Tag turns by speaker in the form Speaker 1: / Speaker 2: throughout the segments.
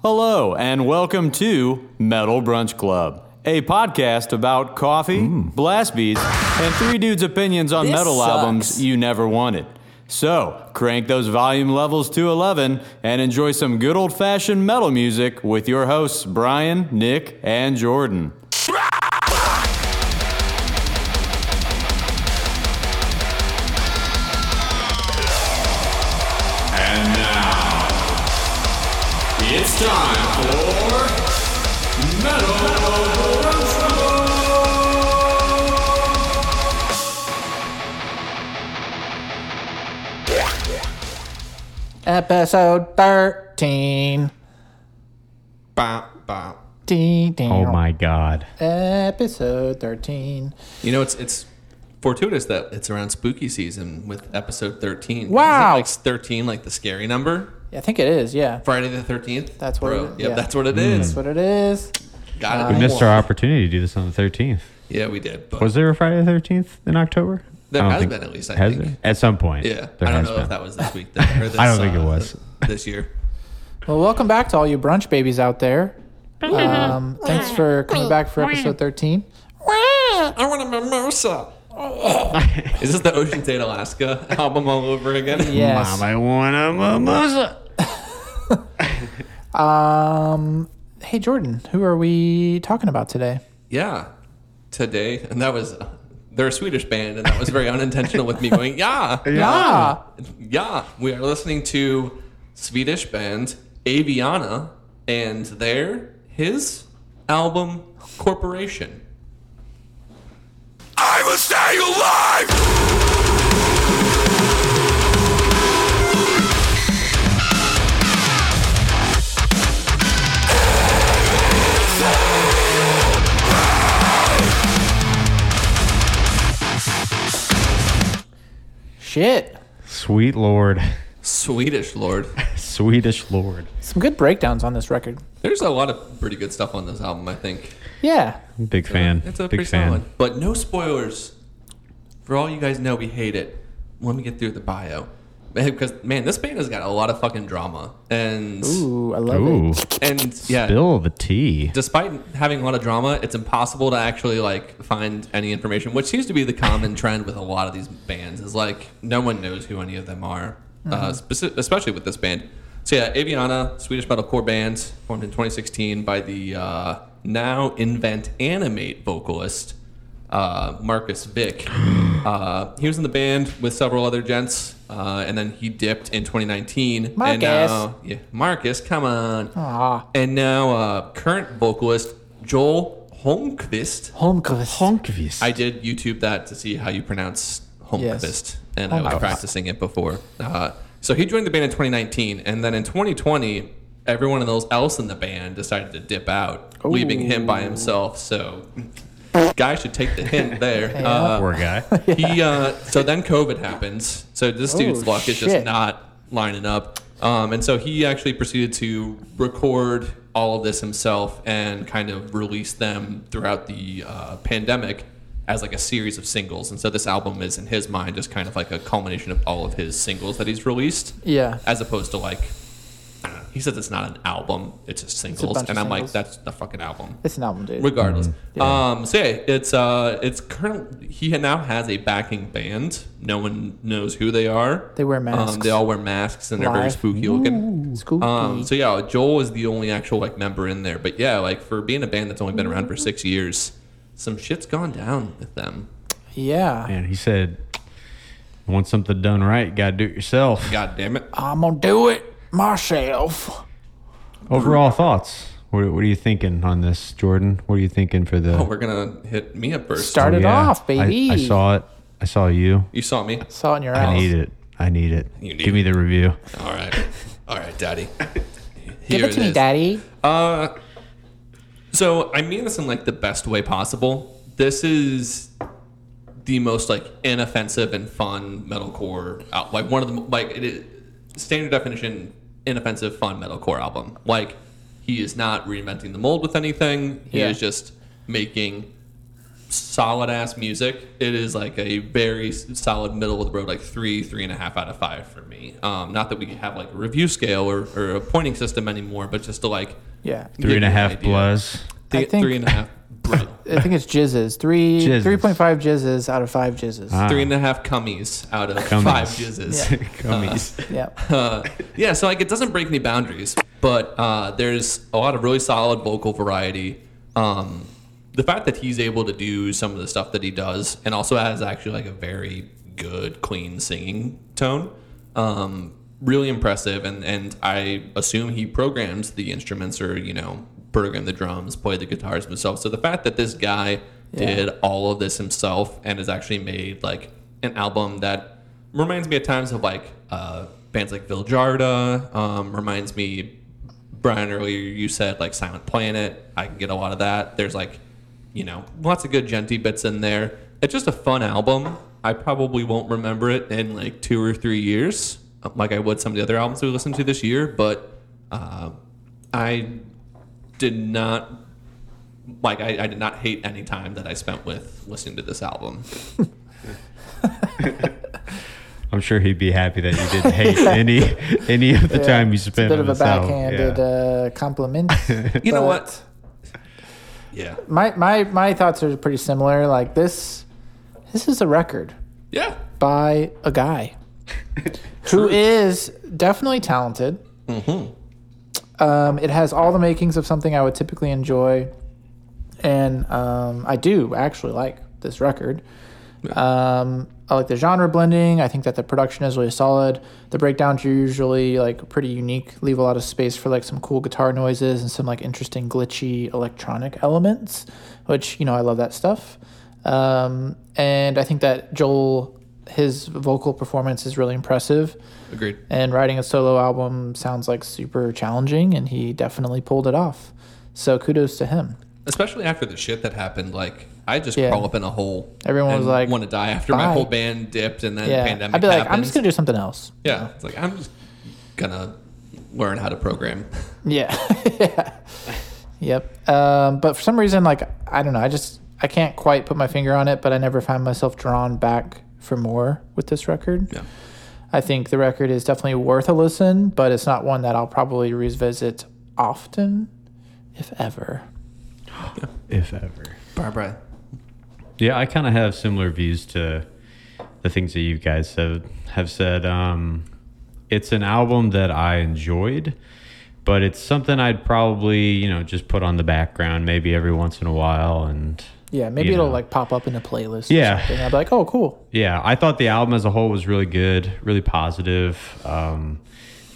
Speaker 1: Hello, and welcome to Metal Brunch Club, a podcast about coffee, blast beats, and three dudes' opinions on
Speaker 2: This
Speaker 1: metal
Speaker 2: sucks.
Speaker 1: albums you never wanted. So, crank those volume levels to 11 and enjoy some good old fashioned metal music with your hosts, Brian, Nick, and Jordan.
Speaker 3: And now, it's time for Metal
Speaker 2: Episode 13.
Speaker 4: Bop, bop.
Speaker 2: Ding, ding.
Speaker 5: Oh my god.
Speaker 2: Episode 13.
Speaker 4: You know, it's it's fortuitous that it's around spooky season with episode thirteen. Isn't
Speaker 2: Wow.
Speaker 4: like thirteen, like the scary number.
Speaker 2: I think it is, yeah.
Speaker 4: Friday the thirteenth.
Speaker 2: That's what it-
Speaker 4: Yeah,
Speaker 2: yeah.
Speaker 4: that's what it is.
Speaker 2: That's what it is.
Speaker 4: Got it.
Speaker 5: Hmm. We missed our opportunity to do this on the 13th.
Speaker 4: Yeah, we did. But
Speaker 5: Was there a Friday the 13th in October?
Speaker 4: There
Speaker 5: I don't
Speaker 4: has
Speaker 5: think-
Speaker 4: been at least, I
Speaker 5: has
Speaker 4: think.
Speaker 5: there? At some point.
Speaker 4: yeah,
Speaker 5: There
Speaker 4: I don't
Speaker 5: has
Speaker 4: know
Speaker 5: been.
Speaker 4: if that was this week though, or this.
Speaker 5: I don't think it
Speaker 4: uh,
Speaker 5: was.
Speaker 4: this year.
Speaker 2: Well, welcome back to all you brunch babies out there. Um, thanks for coming back for episode 13.
Speaker 4: I want a mimosa. is this the Ocean's Eight Alaska album all over again?
Speaker 2: Yes.
Speaker 5: Mom, I want a mimosa.
Speaker 2: Um, hey, Jordan, who are we talking about today?
Speaker 4: yeah today and that was uh, they're a swedish band and that was very unintentional with me going yeah
Speaker 2: Yeah.
Speaker 4: yeah we are listening to swedish band aviana and their his album corporation
Speaker 3: I will stay alive!
Speaker 2: Shit.
Speaker 5: Sweet Lord.
Speaker 4: swedish lord
Speaker 5: Swedish Lord.
Speaker 2: Some good breakdowns on this record.
Speaker 4: there's a lot of pretty good stuff on this album i think
Speaker 2: Yeah.
Speaker 5: Big fan.
Speaker 4: it's a
Speaker 5: Big
Speaker 4: pretty solid
Speaker 5: fan.
Speaker 4: one but no spoilers for all you guys know we hate it let me get through the bio because man this band has got a lot of fucking drama and
Speaker 2: Ooh, I love
Speaker 5: Ooh.
Speaker 2: it.
Speaker 4: and yeah
Speaker 5: Bill the tea.
Speaker 4: despite having a lot of drama, it's impossible to actually like find any information, which seems to be the common trend with a lot of these bands. Is like no one knows who any of them are, uh, speci- especially with this band. So yeah, Aviana, Swedish metalcore band, formed in 2016 by the uh, now invent animate vocalist uh, Marcus Vick. Uh, he was in the band with several other gents, uh, and then he dipped in 2019.
Speaker 2: Marcus.
Speaker 4: And now, yeah, Marcus, come on.
Speaker 2: Ah,
Speaker 4: And now, uh, current vocalist Joel Holmquist.
Speaker 2: Holmquist.
Speaker 5: Honkvis.
Speaker 4: I did YouTube that to see how you pronounce Holmquist,
Speaker 2: Yes.
Speaker 4: and I was
Speaker 2: Holmquist.
Speaker 4: practicing it before. Uh, so he joined the band in 2019, and then in 2020, everyone else else in the band decided to dip out, leaving him by himself. So, guy should take the hint there. Uh,
Speaker 5: Poor guy.
Speaker 4: he uh, so then COVID happens. So this dude's
Speaker 2: Oh,
Speaker 4: luck is
Speaker 2: shit.
Speaker 4: just not lining up. Um, and so he actually proceeded to record all of this himself and kind of release them throughout the uh, pandemic as like a series of singles. And so this album is in his mind just kind of like a culmination of all of his singles that he's released.
Speaker 2: Yeah.
Speaker 4: As opposed to like, I don't know, he says it's not an album; it's just singles,
Speaker 2: bunch of
Speaker 4: and I'm
Speaker 2: singles.
Speaker 4: like, that's the fucking album
Speaker 2: It's an album, dude.
Speaker 4: regardless. Um, so yeah, it's uh, it's current. He now has a backing band. No one knows who they are.
Speaker 2: They wear
Speaker 4: Um,
Speaker 2: masks.
Speaker 4: they all wear masks and they're very
Speaker 2: Live.
Speaker 4: spooky looking.
Speaker 2: Spooky.
Speaker 4: Um, so yeah, Joel is the only actual like member in there. But yeah, like for being a band that's only been around for six years, some shit's gone down with them.
Speaker 2: yeah.
Speaker 5: And he said, want something done right, you gotta do it yourself.
Speaker 4: God damn it! Oh,
Speaker 2: I'm gonna do it myself.
Speaker 5: Overall thoughts. What, what are you thinking on this, Jordan? What are you thinking for the. Oh,
Speaker 4: Oh, we're gonna hit me up first.
Speaker 2: Start it
Speaker 5: Yeah.
Speaker 2: off, baby.
Speaker 5: I, I saw it. I saw you.
Speaker 4: You saw me.
Speaker 2: Saw it in your
Speaker 5: I
Speaker 2: eyes.
Speaker 5: need it. I need it.
Speaker 4: You need
Speaker 5: Give me the review.
Speaker 4: All right, all right, Daddy.
Speaker 2: Give
Speaker 4: Here
Speaker 2: it to me,
Speaker 4: is.
Speaker 2: daddy.
Speaker 4: Uh, so I mean this in like the best way possible. This is the most like inoffensive and fun metalcore out like one of the like it is standard definition inoffensive fun metalcore album. Like he is not reinventing the mold with anything. He
Speaker 2: Yeah.
Speaker 4: is just making solid ass music. It is like a very s- solid middle of the road, like three, three and a half out of five for me. Um, not that we have like a review scale or, or a pointing system anymore, but just to like
Speaker 2: Yeah.
Speaker 5: Three and a
Speaker 4: give you an
Speaker 5: half
Speaker 4: idea.
Speaker 5: bluzz.
Speaker 4: Th-
Speaker 2: I think-
Speaker 4: three and a half. bro-
Speaker 2: I think it's jizzes. Three
Speaker 5: Jizzes.
Speaker 2: three point five jizzes out of five jizzes.
Speaker 5: Ah.
Speaker 4: Three and a half cummies out of
Speaker 5: Cummies.
Speaker 4: five jizzes.
Speaker 5: Gummies.
Speaker 2: yeah.
Speaker 4: uh, yeah, so like it doesn't break any boundaries, but uh, there's a lot of really solid vocal variety. Um, the fact that he's able to do some of the stuff that he does, and also has actually like a very good, clean singing tone, um, really impressive. And and I assume he programs the instruments or you know program the drums, play the guitars himself. So the fact that this guy did all of this himself and has actually made like an album that reminds me at times of like uh, bands like Viljarda. Um, reminds me, Brian, earlier you said like Silent Planet. I can get a lot of that. There's like, you know, lots of good genty bits in there. It's just a fun album. I probably won't remember it in like two or three years, like I would some of the other albums we listened to this year. But uh, I did not like I, I did not hate any time that I spent with listening to this album.
Speaker 5: I'm sure he'd be happy that you didn't hate any any of the time you
Speaker 2: It's a
Speaker 5: spent
Speaker 2: bit
Speaker 5: on
Speaker 2: of a
Speaker 5: this album.
Speaker 2: backhanded
Speaker 5: Yeah.
Speaker 2: uh, compliment.
Speaker 4: You know
Speaker 2: but-
Speaker 4: what? Yeah.
Speaker 2: my my my thoughts are pretty similar. Like this, this is a record
Speaker 4: Yeah.
Speaker 2: by a guy who is definitely talented.
Speaker 5: Mm-hmm.
Speaker 2: Um, it has all the makings of something I would typically enjoy, and um, I do actually like this record. Um, I like the genre blending. I think that the production is really solid. The breakdowns are usually like pretty unique, leave a lot of space for like some cool guitar noises and some like interesting glitchy electronic elements, which you know I love that stuff. Um, and I think that Joel, his vocal performance is really impressive.
Speaker 4: Agreed.
Speaker 2: And writing a solo album sounds like super challenging, and he definitely pulled it off. So kudos to him.
Speaker 4: Especially after the shit that happened, like I just
Speaker 2: Yeah.
Speaker 4: crawl up in a hole.
Speaker 2: Everyone was
Speaker 4: and
Speaker 2: like,
Speaker 4: "Want to die?" After
Speaker 2: "Bye."
Speaker 4: my whole band dipped, and then
Speaker 2: Yeah,
Speaker 4: pandemic
Speaker 2: I'd be like,
Speaker 4: happened.
Speaker 2: I'm just gonna do something else.
Speaker 4: yeah, it's like I'm just gonna learn how to program.
Speaker 2: Yeah. yeah. Yep. Um, but for some reason, like I don't know, I just I can't quite put my finger on it, but I never found myself drawn back for more with this record.
Speaker 4: Yeah.
Speaker 2: I think the record is definitely worth a listen, but it's not one that I'll probably revisit often, if ever.
Speaker 5: If ever.
Speaker 4: Barbara,
Speaker 5: Yeah, I kind of have similar views to the things that you guys have have said. Um, it's an album that I enjoyed, but it's something I'd probably you know just put on the background maybe every once in a while. And
Speaker 2: Yeah, maybe
Speaker 5: You
Speaker 2: it'll
Speaker 5: know.
Speaker 2: like pop up in a playlist.
Speaker 5: Yeah.
Speaker 2: or something. I'll be like, oh, cool.
Speaker 5: yeah, I thought the album as a whole was really good, really positive. Um,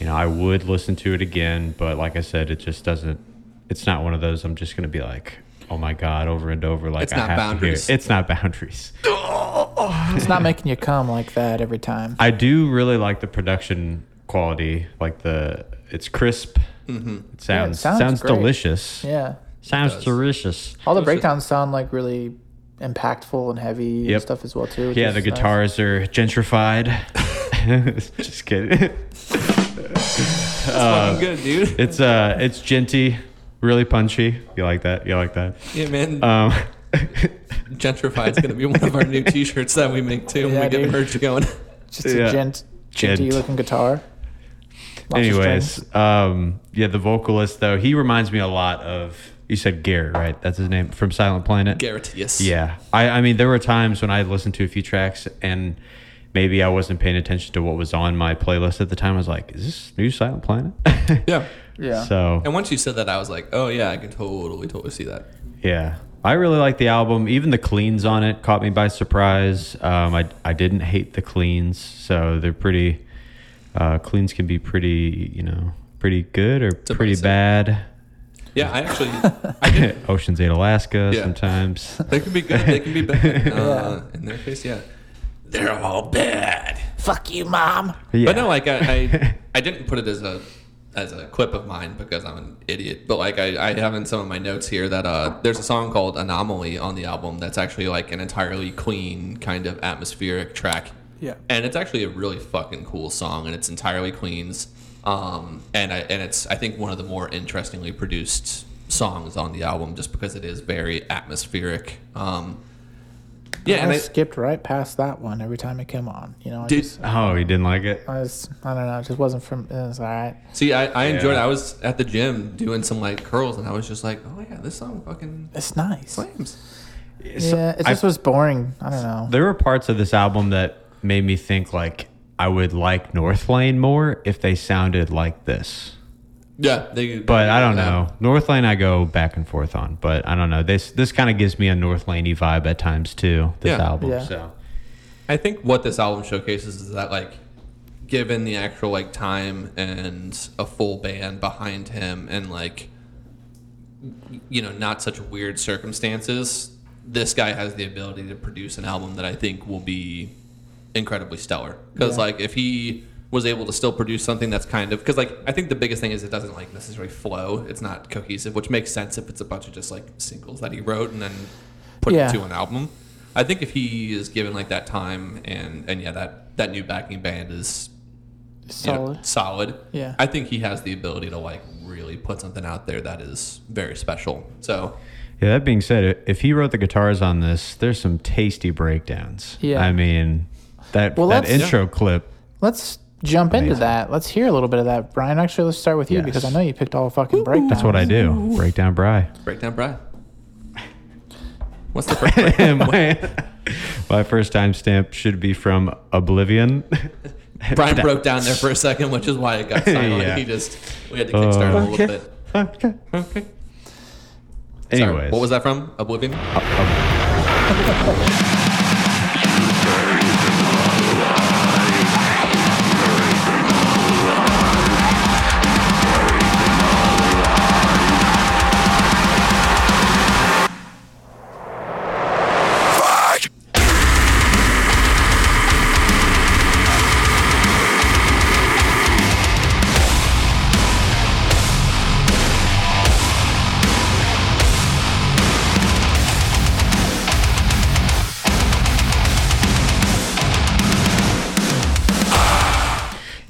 Speaker 5: you know, I would listen to it again, but like I said, it just doesn't. It's not one of those. I'm just gonna be like, oh my god, over and over. Like
Speaker 4: It's
Speaker 5: I
Speaker 4: not
Speaker 5: have
Speaker 4: boundaries.
Speaker 5: to hear. it. It's not boundaries.
Speaker 2: It's not making you come like that every time.
Speaker 5: I do really like the production quality, like the it's crisp.
Speaker 4: Mm-hmm.
Speaker 5: It sounds
Speaker 2: sounds
Speaker 5: sounds,
Speaker 2: great.
Speaker 5: delicious.
Speaker 2: Yeah.
Speaker 5: Sounds delicious.
Speaker 2: All the breakdowns sound like really impactful and heavy and
Speaker 5: Yep.
Speaker 2: stuff as well too. which
Speaker 5: Yeah,
Speaker 2: is
Speaker 5: the
Speaker 2: nice.
Speaker 5: guitars are gentrified. Just kidding.
Speaker 4: I'm good, dude.
Speaker 5: It's uh, it's genty, really punchy. You like that? You like that?
Speaker 4: Yeah, man.
Speaker 5: Um,
Speaker 4: Gentrified's gonna be one of our new T-shirts that we make too when
Speaker 2: Yeah,
Speaker 4: we get
Speaker 2: dude.
Speaker 4: merch going.
Speaker 2: Just a
Speaker 5: Yeah.
Speaker 2: gent,
Speaker 5: Gent.
Speaker 2: genty looking guitar. Lots of strings.
Speaker 5: anyways, um, yeah, the vocalist though, he reminds me a lot of. You said Garrett, right? That's his name from Silent Planet.
Speaker 4: Garrett, yes.
Speaker 5: Yeah. I, I mean, there were times when I listened to a few tracks and maybe I wasn't paying attention to what was on my playlist at the time. I was like, is this new Silent Planet?
Speaker 4: Yeah.
Speaker 2: yeah,
Speaker 5: so,
Speaker 4: And once you said that, I was like, oh yeah, I can totally, totally see that.
Speaker 5: yeah. I really like the album. Even the cleans on it caught me by surprise. Um, I, I didn't hate the cleans. So they're pretty, uh, cleans can be pretty, you know, pretty good or pretty
Speaker 4: amazing.
Speaker 5: bad.
Speaker 4: Yeah, I actually, I did.
Speaker 5: Ocean's 8 Alaska
Speaker 4: Yeah.
Speaker 5: sometimes.
Speaker 4: They can be good. They can be bad. Uh, In their case, yeah, they're all bad.
Speaker 2: fuck you, mom.
Speaker 5: Yeah.
Speaker 4: But no, like I, I, I didn't put it as a as a clip of mine because I'm an idiot. But like I, I have in some of my notes here that uh, there's a song called "Anomaly" on the album that's actually like an entirely clean kind of atmospheric track.
Speaker 2: Yeah.
Speaker 4: and it's actually a really fucking cool song, and it's entirely cleans. Um, and I and it's I think one of the more interestingly produced songs on the album just because it is very atmospheric. Um, Yeah,
Speaker 2: I
Speaker 4: and I,
Speaker 2: skipped right past that one every time it came on. You know, I
Speaker 4: Did-
Speaker 2: just,
Speaker 5: Oh, you didn't like it?
Speaker 2: I was, I don't know, it just wasn't from. It was all right.
Speaker 4: see, I, I enjoyed. it.
Speaker 5: Yeah.
Speaker 4: I was at the gym doing some like curls, and I was just like, oh yeah, this song fucking
Speaker 2: It's nice.
Speaker 4: slams.
Speaker 5: So-
Speaker 2: Yeah, it
Speaker 5: I-
Speaker 2: just was boring. I don't know.
Speaker 5: there were parts of this album that made me think like I would like North Lane more if they sounded like this.
Speaker 4: Yeah, they,
Speaker 5: But I don't know. North Lane I go back and forth on, but I don't know. This this kind of gives me a North Laney vibe at times too, this
Speaker 4: Yeah.
Speaker 5: album.
Speaker 2: Yeah.
Speaker 5: So
Speaker 4: I think what this album showcases is that like given the actual like time and a full band behind him and like you know not such weird circumstances this guy has the ability to produce an album that I think will be incredibly stellar cuz like if he was able to still produce something that's kind of cuz like I think the biggest thing is it doesn't like necessarily flow it's not cohesive which makes sense if it's a bunch of just like singles that he wrote and then put
Speaker 2: Yeah.
Speaker 4: into an album. I think if he is given like that time and and yeah that that new backing band is you know,
Speaker 2: Solid.
Speaker 4: solid.
Speaker 2: Yeah.
Speaker 4: I think he has the ability to like really put something out there that is very special. So
Speaker 5: yeah, that being said, if he wrote the guitars on this, there's some tasty breakdowns.
Speaker 2: Yeah.
Speaker 5: I mean that
Speaker 2: Well,
Speaker 5: that
Speaker 2: let's-
Speaker 5: intro clip.
Speaker 2: Let's jump into
Speaker 5: Amazing.
Speaker 2: that. Let's hear a little bit of that, Brian. Actually, let's start with you because I
Speaker 5: Yes.
Speaker 2: know you picked all the fucking breakdowns.
Speaker 5: That's what I do. Breakdown Bry.
Speaker 4: breakdown, Brian. What's the break- break?
Speaker 5: my, my first timestamp should be from Oblivion.
Speaker 4: Brian broke down there for a second, which is why it got silent.
Speaker 5: Yeah.
Speaker 4: He just we had to kickstart him
Speaker 5: Uh,
Speaker 4: a little bit. Okay. Sorry,
Speaker 5: Anyways,
Speaker 4: what was that from? Oblivion.
Speaker 3: Fuck!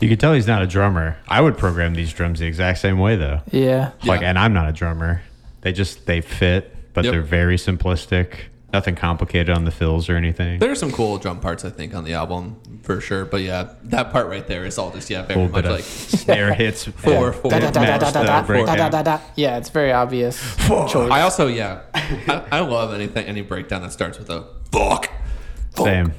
Speaker 5: You can tell he's not a drummer. I would program these drums the exact same way though.
Speaker 2: Yeah.
Speaker 5: Like,
Speaker 4: Yeah.
Speaker 5: and I'm not a drummer. They just they fit, but
Speaker 4: Yep.
Speaker 5: they're very simplistic. Nothing complicated on the fills or anything.
Speaker 4: There are some cool drum parts I think on the album for sure, but yeah, that part right there is all just yeah very
Speaker 5: a
Speaker 4: much
Speaker 5: bit of
Speaker 4: like
Speaker 5: snare hits.
Speaker 4: Four,
Speaker 5: and
Speaker 4: four.
Speaker 2: Da, da,
Speaker 5: it
Speaker 2: da, da,
Speaker 5: matched
Speaker 2: da, da,
Speaker 5: the
Speaker 2: da, da,
Speaker 5: breakdown.
Speaker 2: da, da, da. Yeah, it's very obvious choice.
Speaker 4: I also yeah, I, I love anything any breakdown that starts with a
Speaker 3: Fuck!
Speaker 5: Same.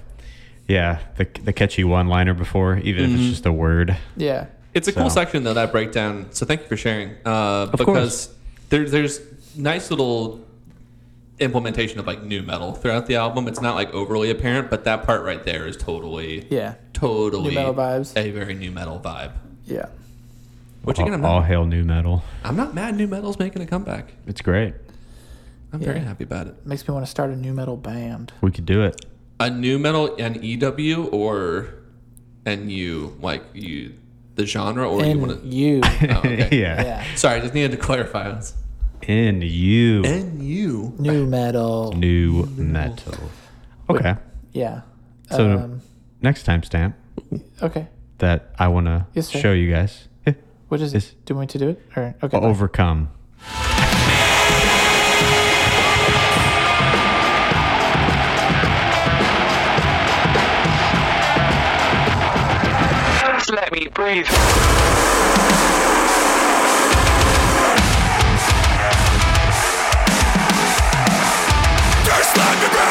Speaker 5: Yeah, the the catchy one liner before, even if it's just a word.
Speaker 2: yeah.
Speaker 4: It's a cool
Speaker 5: So-
Speaker 4: section though that breakdown. So thank you for sharing. Uh,
Speaker 5: course.
Speaker 4: because there's there's nice little implementation of like new metal throughout the album. It's not like overly apparent, but that part right there is totally
Speaker 2: Yeah.
Speaker 4: totally
Speaker 2: New metal vibes.
Speaker 4: A very new metal vibe.
Speaker 2: Yeah.
Speaker 4: Which again, I'm
Speaker 5: All, all
Speaker 4: not,
Speaker 5: hail new metal.
Speaker 4: I'm not mad. New metal's making a comeback.
Speaker 5: It's great.
Speaker 4: I'm very happy about it.
Speaker 2: Makes me want to start a new metal band.
Speaker 5: We could do it.
Speaker 4: A new metal and EW or NU like you the genre or you want
Speaker 2: And
Speaker 4: to.
Speaker 2: you.
Speaker 4: Oh, okay.
Speaker 5: yeah.
Speaker 2: Yeah.
Speaker 4: Sorry, I just needed to clarify this.
Speaker 5: In you.
Speaker 4: NU.
Speaker 2: New metal.
Speaker 5: new metal. Okay.
Speaker 2: Yeah.
Speaker 5: So
Speaker 2: Um,
Speaker 5: next timestamp
Speaker 2: Okay.
Speaker 5: that I want to
Speaker 2: Yes, sir.
Speaker 5: show you guys eh,
Speaker 2: What is
Speaker 5: Is-
Speaker 2: it? Do we need to do it? Or okay.
Speaker 5: Oh,
Speaker 2: bye.
Speaker 5: overcome.
Speaker 6: Just let me breathe.
Speaker 3: Just let me breathe!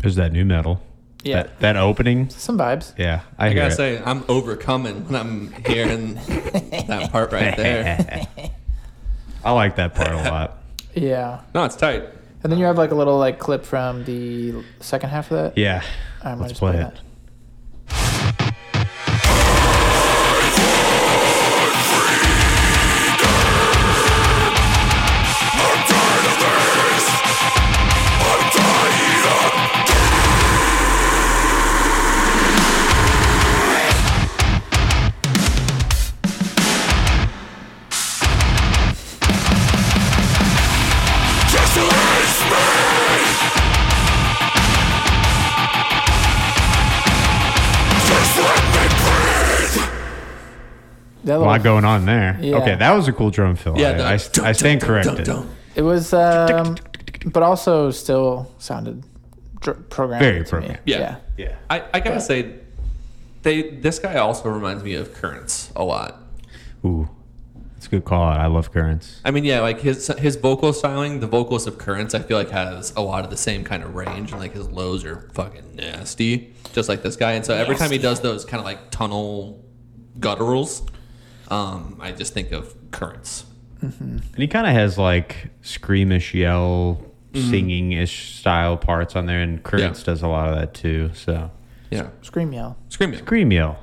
Speaker 5: There's that new metal.
Speaker 2: Yeah.
Speaker 5: That, that opening.
Speaker 2: Some vibes.
Speaker 5: Yeah. I,
Speaker 4: I
Speaker 5: hear
Speaker 4: gotta
Speaker 5: it.
Speaker 4: say, I'm overcoming when I'm hearing that part right there.
Speaker 5: I like that part a lot.
Speaker 2: Yeah.
Speaker 4: No, it's tight.
Speaker 2: And then you have like a little like clip from the second half of that.
Speaker 5: Yeah.
Speaker 2: I might
Speaker 5: Let's
Speaker 2: just
Speaker 5: play,
Speaker 2: play
Speaker 5: it.
Speaker 2: that.
Speaker 3: Just let me breathe!
Speaker 2: That
Speaker 5: a
Speaker 2: little-
Speaker 5: lot going on there.
Speaker 2: Yeah.
Speaker 5: Okay, that was a cool drum fill.
Speaker 4: Yeah,
Speaker 5: I,
Speaker 4: the-
Speaker 5: I, I stand corrected.
Speaker 2: It was, um, but also still sounded dr- programmed.
Speaker 5: Very
Speaker 2: to me.
Speaker 5: programmed.
Speaker 4: Yeah.
Speaker 5: Yeah.
Speaker 4: I, I gotta say, they this guy also reminds me of Currents a lot.
Speaker 5: Ooh, that's a good call out. I love currents.
Speaker 4: I mean, yeah, like his his vocal styling, the vocalist of Currents, I feel like has a lot of the same kind of range, and like his lows are fucking nasty, just like this guy. And so every time he does those kind of like tunnel gutturals, um, I just think of Currents.
Speaker 5: And he kind of has like screamish yell,
Speaker 4: Mm-hmm.
Speaker 5: singing ish style parts on there, and currents does a lot of that too. So
Speaker 4: Yeah,
Speaker 2: Scream yell.
Speaker 4: screaming.
Speaker 5: scream yell.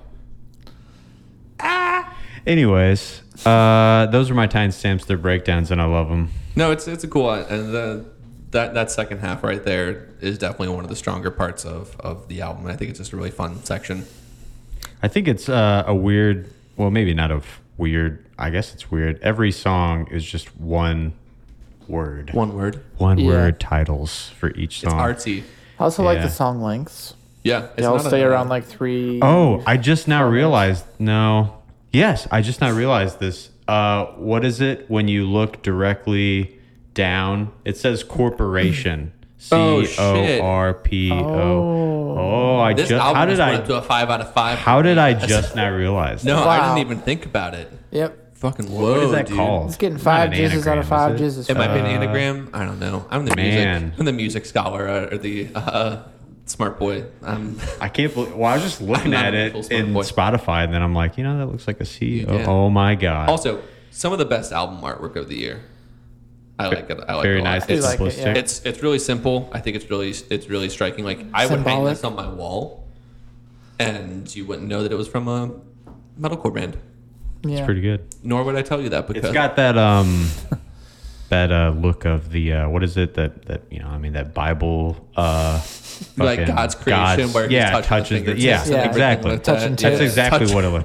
Speaker 5: Ah. Anyways, uh, those are my timestamps. They're breakdowns, and I love them.
Speaker 4: No, it's it's a cool one, and the, that that second half right there is definitely one of the stronger parts of of the album. I think it's just a really fun section.
Speaker 5: I think it's uh, a weird. Well, maybe not a f- weird. I guess it's weird. Every song is just one word.
Speaker 4: One word.
Speaker 5: One
Speaker 2: Yeah.
Speaker 5: word titles for each song.
Speaker 4: Artsy.
Speaker 2: I also like
Speaker 5: Yeah.
Speaker 2: the song lengths.
Speaker 4: Yeah, it's
Speaker 2: They all
Speaker 4: not
Speaker 2: stay
Speaker 4: a-
Speaker 2: around like three.
Speaker 5: Oh, I just now realized. No. Yes, I just now realized this. Uh, what is it when you look directly down? It says corporation. C
Speaker 4: Oh,
Speaker 5: O
Speaker 4: shit.
Speaker 5: R P O. Oh, I
Speaker 4: This
Speaker 5: just.
Speaker 4: album
Speaker 5: How did
Speaker 4: just went
Speaker 5: I?
Speaker 4: up to a five out of five.
Speaker 5: How did I just now realize?
Speaker 4: No,
Speaker 5: that?
Speaker 4: I
Speaker 2: Wow.
Speaker 4: didn't even think about it.
Speaker 2: Yep.
Speaker 4: Fucking whoa,
Speaker 5: What is that
Speaker 4: dude.
Speaker 5: called?
Speaker 2: It's getting
Speaker 5: Not
Speaker 2: five
Speaker 5: an
Speaker 2: jizzes out
Speaker 5: anagram,
Speaker 2: of five
Speaker 5: is it?
Speaker 2: jizzes.
Speaker 4: It might be an
Speaker 5: Uh,
Speaker 4: anagram. I don't know. I'm the
Speaker 5: man.
Speaker 4: music. I'm the music scholar uh, or the uh, smart boy. Um, I'm
Speaker 5: I can't believe. Well, I was just looking
Speaker 4: not
Speaker 5: at
Speaker 4: a
Speaker 5: it
Speaker 4: full smart
Speaker 5: in
Speaker 4: boy.
Speaker 5: Spotify, and then I'm like, you know, that looks like a C. Oh,
Speaker 4: Yeah.
Speaker 5: oh my god.
Speaker 4: also some of the best album artwork of the year. I like it. I like
Speaker 5: very
Speaker 4: it a lot.
Speaker 5: nice.
Speaker 2: do
Speaker 5: It's
Speaker 2: like it,
Speaker 5: simplistic.
Speaker 2: yeah.
Speaker 4: It's it's really simple. I think it's really it's really striking. Like I would hang
Speaker 2: Symbolic.
Speaker 4: this on my wall, and you wouldn't know that it was from a metalcore band.
Speaker 2: yeah.
Speaker 5: pretty good.
Speaker 4: Nor would I tell you that because
Speaker 5: It's got that um that uh look of the uh what is it that that you know I mean that Bible uh
Speaker 4: like
Speaker 5: fucking
Speaker 4: God's creation where he's
Speaker 5: yeah
Speaker 4: touching
Speaker 5: touches
Speaker 4: the fingertips
Speaker 5: yeah,
Speaker 4: and everything
Speaker 5: exactly
Speaker 4: like that.
Speaker 2: Touching
Speaker 4: Yeah.
Speaker 5: that's exactly
Speaker 4: Touch-
Speaker 5: what it was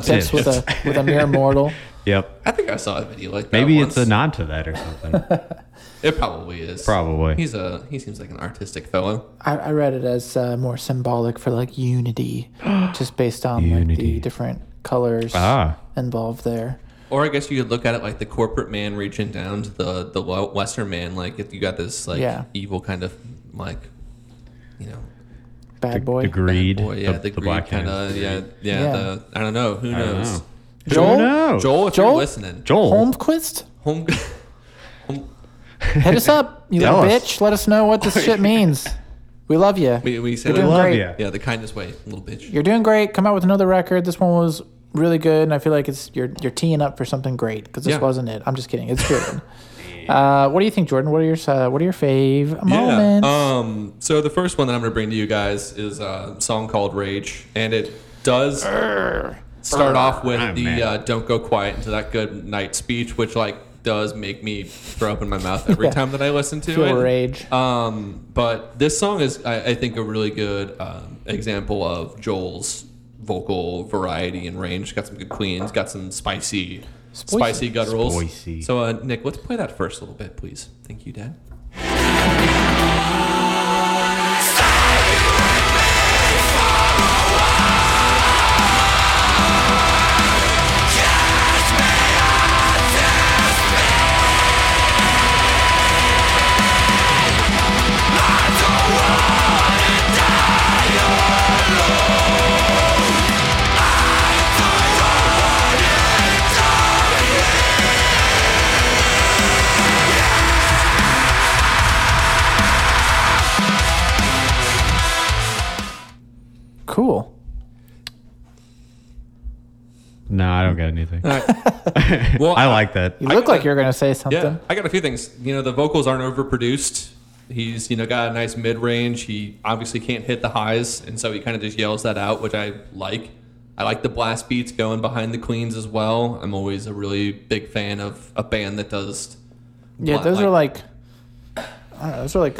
Speaker 2: Touching tips with a with a mere mortal.
Speaker 5: yep
Speaker 4: I think I saw a video like that.
Speaker 5: maybe
Speaker 4: once.
Speaker 5: it's a nod to that or something
Speaker 4: It probably is.
Speaker 5: Probably.
Speaker 4: He's a he seems like an artistic fellow.
Speaker 2: I, I read it as uh, more symbolic for like unity, just based on like the
Speaker 5: Unity.
Speaker 2: different colors
Speaker 5: ah
Speaker 2: involved there.
Speaker 4: Or I guess you could look at it like the corporate man reaching down to the the lo- western man. Like if you got this like
Speaker 2: Yeah.
Speaker 4: evil kind of like you know
Speaker 2: Bad boy.
Speaker 5: the greed
Speaker 4: boy, yeah, the, greed
Speaker 5: man.
Speaker 4: kind of yeah, yeah
Speaker 2: Yeah.
Speaker 4: The, I don't know who
Speaker 5: I don't
Speaker 4: knows.
Speaker 5: know.
Speaker 2: Joel?
Speaker 5: Joel Joel,
Speaker 4: Joel, if
Speaker 2: Joel?
Speaker 4: you're listening,
Speaker 5: oh.
Speaker 2: Holmquist,
Speaker 4: home, home
Speaker 2: hit us up, you
Speaker 5: Tell
Speaker 2: little
Speaker 5: us.
Speaker 2: bitch. Let us know what this shit means. We love you.
Speaker 4: we, we say
Speaker 2: You're
Speaker 4: that-
Speaker 2: doing
Speaker 5: love
Speaker 2: great.
Speaker 5: ya.
Speaker 4: yeah, the kindest way, little bitch.
Speaker 2: You're doing great. Come out with another record. This one was really good, and I feel like it's you're you're teeing up for something great because this
Speaker 4: Yeah.
Speaker 2: wasn't it. I'm just kidding. It's good. uh, what do you think, Jordan? What are your uh, what are your fave moments?
Speaker 5: uh,
Speaker 4: Um, so the first one that I'm going to bring to you guys is a song called Rage, and it does start off with
Speaker 5: I'm mad.
Speaker 4: the uh, "Don't go quiet into that good night" speech, which like does make me throw up in my mouth every
Speaker 2: Yeah.
Speaker 4: time that I listen to
Speaker 2: Feel
Speaker 4: it.
Speaker 2: rage.
Speaker 5: uh,
Speaker 4: Um, but this song is, I, I think, a really good um, example of Joel's vocal variety and range. Got some good cleans. Got some spicy. Spicy gutturals.
Speaker 5: Spicy.
Speaker 4: So, uh, Nick, let's play that first little bit, please. Thank you, Dad.
Speaker 2: cool.
Speaker 5: no I don't got anything
Speaker 4: Well,
Speaker 5: I like that
Speaker 2: You look
Speaker 4: gotta-
Speaker 2: like you're gonna say something.
Speaker 4: Yeah, I got a few things. You know, the vocals aren't overproduced. He's you know got a nice mid range. He obviously can't hit the highs, and so he kind of just yells that out, which I like. I like the blast beats going behind the cleans as well. I'm always a really big fan of a band that does.
Speaker 2: Yeah,
Speaker 4: bla-
Speaker 2: those are like I don't know, those are like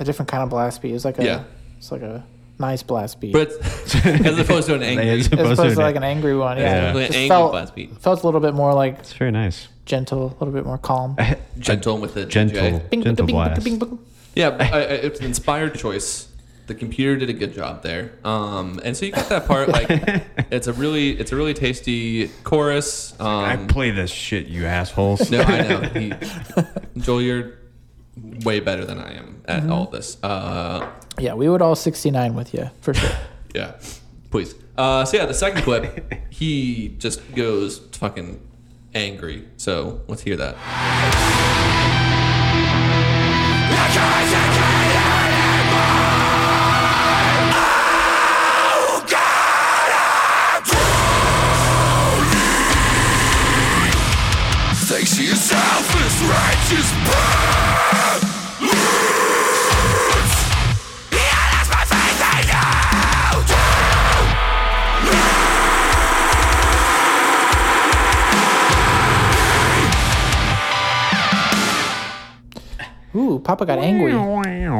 Speaker 2: a different kind of blast beat. It's like a
Speaker 4: Yeah.
Speaker 2: it's like a nice blast beat.
Speaker 4: but as opposed to an angry.
Speaker 5: As
Speaker 2: as
Speaker 5: opposed
Speaker 2: opposed to
Speaker 5: to-
Speaker 2: like an angry one. Yeah.
Speaker 4: definitely an
Speaker 2: Just
Speaker 4: angry
Speaker 2: felt,
Speaker 4: blast beat.
Speaker 2: Felt a little bit more like
Speaker 5: it's very nice
Speaker 2: gentle, a little bit more calm.
Speaker 4: gentle with the DJ.
Speaker 5: gentle gentle blast
Speaker 2: bing, bing.
Speaker 4: uh, Yeah, I, I, it's an inspired choice. The computer did a good job there, um, and so you got that part. Like, it's a really, it's a really tasty chorus. Um,
Speaker 5: I play this shit, you assholes.
Speaker 4: no, I know. He, Joel, you're way better than I am at all this. Uh,
Speaker 2: Yeah, we would all 69 with you for sure.
Speaker 4: yeah, please. Uh, so yeah, the second clip, he just goes fucking angry. So let's hear that.
Speaker 3: Oh, Thinks himself is righteous, but lose. Yeah, that's my faith. I know to
Speaker 2: Ooh, Papa got angry.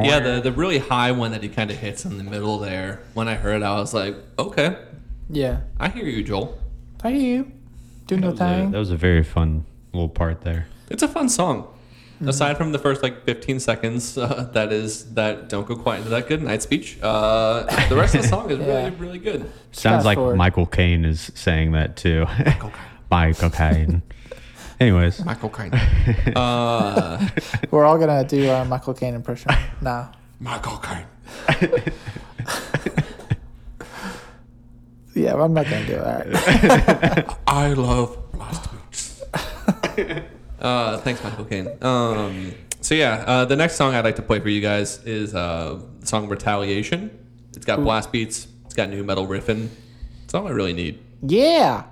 Speaker 4: Yeah, the, the really high one that he kind of hits in the middle there. When I heard, it, I was like, okay,
Speaker 2: Yeah.
Speaker 4: I hear you, Joel.
Speaker 2: I hear you. Do no
Speaker 5: That
Speaker 2: thing.
Speaker 5: was a very fun little part there.
Speaker 4: It's a fun song. Aside from the first like 15 seconds, uh, that is that don't go quiet into that good night speech. Uh, the rest of the song is
Speaker 2: Yeah.
Speaker 4: really really good.
Speaker 5: Sounds like
Speaker 2: forward.
Speaker 5: Michael Caine is saying that too. Michael Caine. Anyways,
Speaker 4: Michael Caine.
Speaker 2: We're all gonna do a Michael Caine impression. nah.
Speaker 4: Michael Caine.
Speaker 2: Yeah, I'm not gonna do it. All right.
Speaker 4: I love blast beats. uh, thanks, Michael Caine. Um, so yeah, uh, the next song I'd like to play for you guys is uh, the song "Retaliation." It's got blast beats. It's got new metal riffing. It's all I really need.
Speaker 2: Yeah.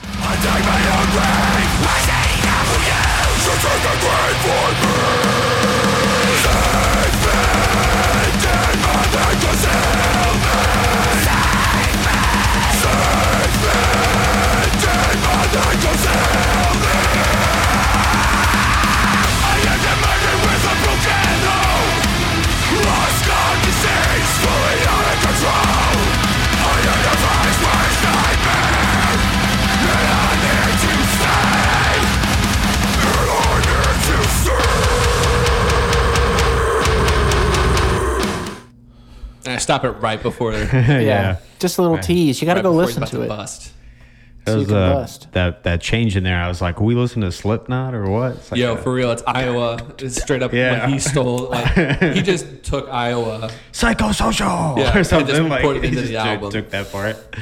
Speaker 3: I take my own way. I say no to you. So take the blame for me. Save me. Did my thing to save me. Save me. Did my thing to save me. I am the murderer with a broken home. Lost God disease, fully out of control. I am the vice worst nightmare.
Speaker 4: And I stop it right before
Speaker 5: yeah,
Speaker 4: right
Speaker 2: Just a little tease. You gotta go
Speaker 4: before he's
Speaker 2: listen
Speaker 4: about
Speaker 2: to it.
Speaker 4: Bust.
Speaker 5: that
Speaker 2: you
Speaker 5: was
Speaker 2: can
Speaker 5: uh,
Speaker 2: bust.
Speaker 5: that that change in there. I was like, we listen to Slipknot or what? It's like,
Speaker 4: Yo,
Speaker 5: uh,
Speaker 4: for real, it's Iowa. It's straight up
Speaker 5: Yeah.
Speaker 4: what he stole. Like, he just took Iowa,
Speaker 5: psychosocial
Speaker 4: Yeah,
Speaker 5: or
Speaker 4: it just
Speaker 5: something like.
Speaker 4: poured
Speaker 5: he
Speaker 4: into
Speaker 5: just
Speaker 4: the
Speaker 5: took-
Speaker 4: album.
Speaker 5: took that part.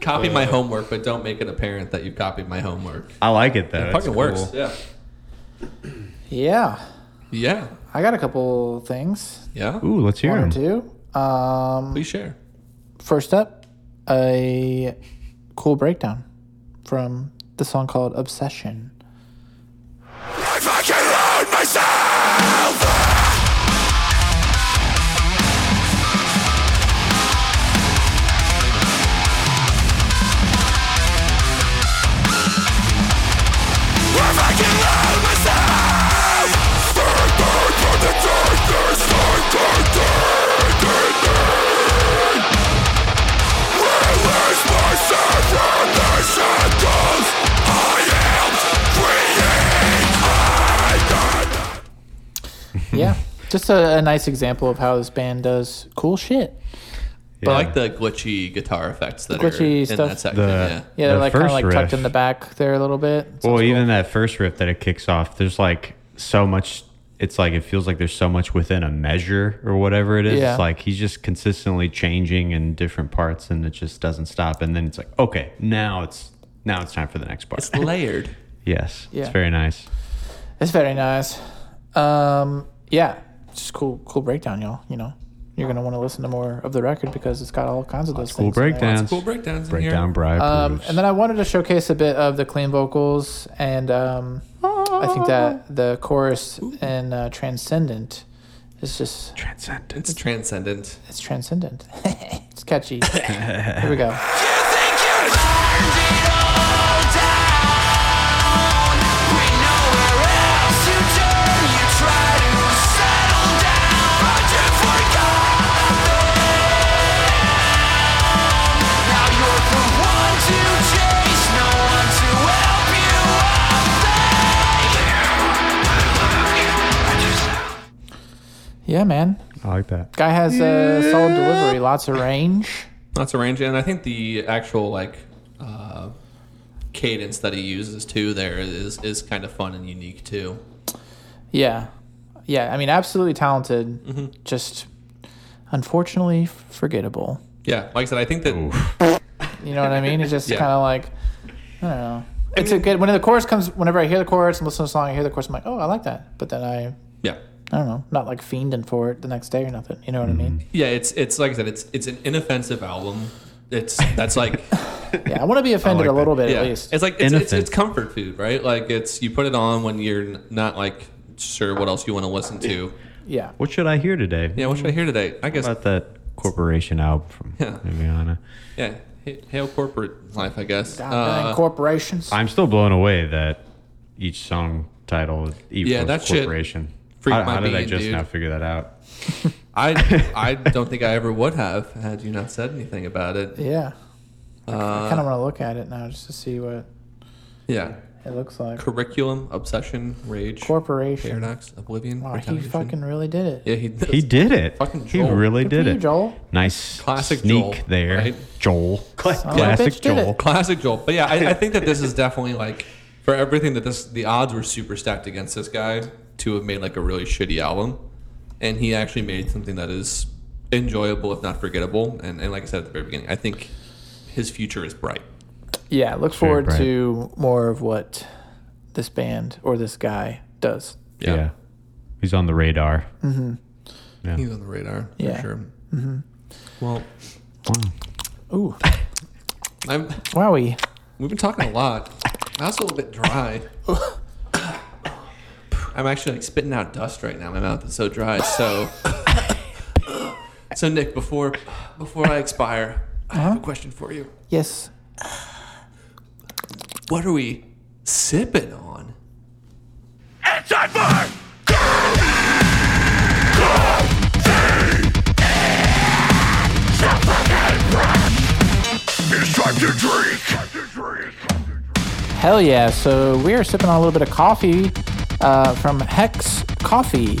Speaker 4: copied my homework, but don't make it apparent that you copied my homework.
Speaker 5: I like it though. It's
Speaker 4: Fucking works.
Speaker 5: cool.
Speaker 4: Yeah.
Speaker 2: Yeah.
Speaker 4: Yeah.
Speaker 2: I got a couple things.
Speaker 4: Yeah.
Speaker 5: Ooh, let's hear
Speaker 2: One or
Speaker 5: him.
Speaker 2: two. Um
Speaker 4: Please share.
Speaker 2: first up, a cool breakdown from the song called Obsession.
Speaker 3: I fucking load myself. I fucking load myself. Burn, burn, burn the darkness. Burn, burn, burn, burn, burn. Release myself from the shackles. I am free.
Speaker 5: Hmm.
Speaker 2: Yeah. Just a, a nice example of how this band does cool shit.
Speaker 5: Yeah.
Speaker 4: I like the glitchy guitar effects that are
Speaker 2: Glitchy
Speaker 4: in
Speaker 2: stuff.
Speaker 4: that section.
Speaker 5: The-
Speaker 4: yeah.
Speaker 2: Yeah, they're
Speaker 5: The
Speaker 2: like kind of
Speaker 5: first
Speaker 2: like tucked in
Speaker 5: riff.
Speaker 2: the back there a little bit. So
Speaker 5: Well,
Speaker 2: it's
Speaker 5: even that first riff that it kicks off, there's like so much. It's like it feels like there's so much within a measure or whatever it is.
Speaker 2: Yeah.
Speaker 5: It's like he's just consistently changing in different parts, and it just doesn't stop. And then it's like, okay, now it's now it's time for the next part.
Speaker 4: It's layered.
Speaker 5: yes,
Speaker 2: Yeah.
Speaker 5: it's very nice.
Speaker 2: It's very nice. Um, yeah, just cool, cool breakdown, y'all. You know, you're gonna want to listen to more of the record because it's got all kinds of those
Speaker 5: Cool
Speaker 2: things. in there.
Speaker 5: breakdowns.
Speaker 4: Cool breakdowns in
Speaker 5: Breakdown, Briar
Speaker 2: Um,
Speaker 5: Bruce.
Speaker 2: and then I wanted to showcase a bit of the clean vocals, and um, I think that the chorus in uh, "Transcendent" is just
Speaker 4: here. It's transcendent.
Speaker 2: it's transcendent. it's catchy. Here we go. Yeah, man.
Speaker 5: I like that.
Speaker 2: Guy has a solid delivery, lots of range.
Speaker 4: That's a range, and I think the actual like uh, cadence that he uses too there is is kind of fun and unique too.
Speaker 2: Yeah, yeah. I mean, absolutely talented. Just unfortunately forgettable.
Speaker 4: Yeah, like I said, I think that
Speaker 2: You know what I mean? It's just
Speaker 4: Yeah.
Speaker 2: kind of like I don't know. It's a good when the chorus comes. Whenever I hear the chorus and listen to the song, I hear the chorus. I'm like, oh, I like that. But then I,
Speaker 4: yeah.
Speaker 2: I don't know, not like fiending for it the next day or nothing. You know what I mean?
Speaker 4: Yeah, it's it's like I said, it's it's an inoffensive album. It's that's like
Speaker 2: Yeah, I want to be offended
Speaker 5: like
Speaker 2: a little bit
Speaker 4: yeah,
Speaker 2: at least.
Speaker 4: it's like it's, it's, it's
Speaker 5: Inoffensive.
Speaker 4: comfort food, right? Like it's you put it on when you're n- not like sure what else you want to listen to.
Speaker 2: yeah,
Speaker 5: What should I hear today?
Speaker 4: Yeah, what should I hear today? I guess
Speaker 5: How about that corporation album from
Speaker 4: Yeah.
Speaker 5: Viviana?
Speaker 4: yeah, ha- hail corporate life, I guess.
Speaker 2: God,
Speaker 4: Uh,
Speaker 2: dang corporations.
Speaker 5: I'm still blown away that each song title equals
Speaker 4: Yeah, that shit
Speaker 5: corporation.
Speaker 4: freaked
Speaker 5: how
Speaker 4: my
Speaker 5: how did I
Speaker 4: bean,
Speaker 5: just
Speaker 4: dude.
Speaker 5: now figure that out?
Speaker 4: I I don't think I ever would have had you not said anything about it.
Speaker 2: yeah,
Speaker 4: Uh,
Speaker 2: I kind of want to look at it now just to see what
Speaker 4: Yeah,
Speaker 2: it looks like.
Speaker 4: curriculum, obsession, rage,
Speaker 2: Corporation.
Speaker 4: paradox, oblivion.
Speaker 2: Wow, he
Speaker 4: retaliation.
Speaker 2: fucking really did it.
Speaker 4: yeah, he does.
Speaker 5: He did it.
Speaker 4: Fucking
Speaker 5: he
Speaker 4: Joel.
Speaker 5: really
Speaker 2: Good
Speaker 5: did
Speaker 2: for you,
Speaker 5: it.
Speaker 2: Joel.
Speaker 5: Nice
Speaker 4: Classic
Speaker 5: sneak
Speaker 4: Joel,
Speaker 5: there,
Speaker 4: right?
Speaker 5: Joel.
Speaker 2: of a
Speaker 5: Classic
Speaker 2: bitch did it.
Speaker 5: Joel.
Speaker 4: Classic Joel. But yeah, I, I think that this is definitely like for everything that this the odds were super stacked against this guy to have made like a really shitty album, and he actually made something that is enjoyable if not forgettable. And, and like I said at the very beginning, I think his future is bright.
Speaker 2: Yeah, look
Speaker 5: Very
Speaker 2: forward
Speaker 5: bright.
Speaker 2: to more of what this band or this guy does.
Speaker 5: Yeah. he's on the radar.
Speaker 4: he's on the radar for
Speaker 2: Yeah.
Speaker 4: sure.
Speaker 2: Mm.
Speaker 4: Well,
Speaker 5: Wow.
Speaker 2: Ooh,
Speaker 4: I'm,
Speaker 2: wowie.
Speaker 4: we've been talking a lot. I was a little bit dry. I'm actually like spitting out dust right now. My mouth is so dry. So, so Nick, before before I expire, I have a question for you.
Speaker 2: Yes.
Speaker 4: What are we sipping on?
Speaker 3: It's time for It's time to drink. Time to drink.
Speaker 2: Hell yeah. So we are sipping on a little bit of coffee uh, from Hex Coffee.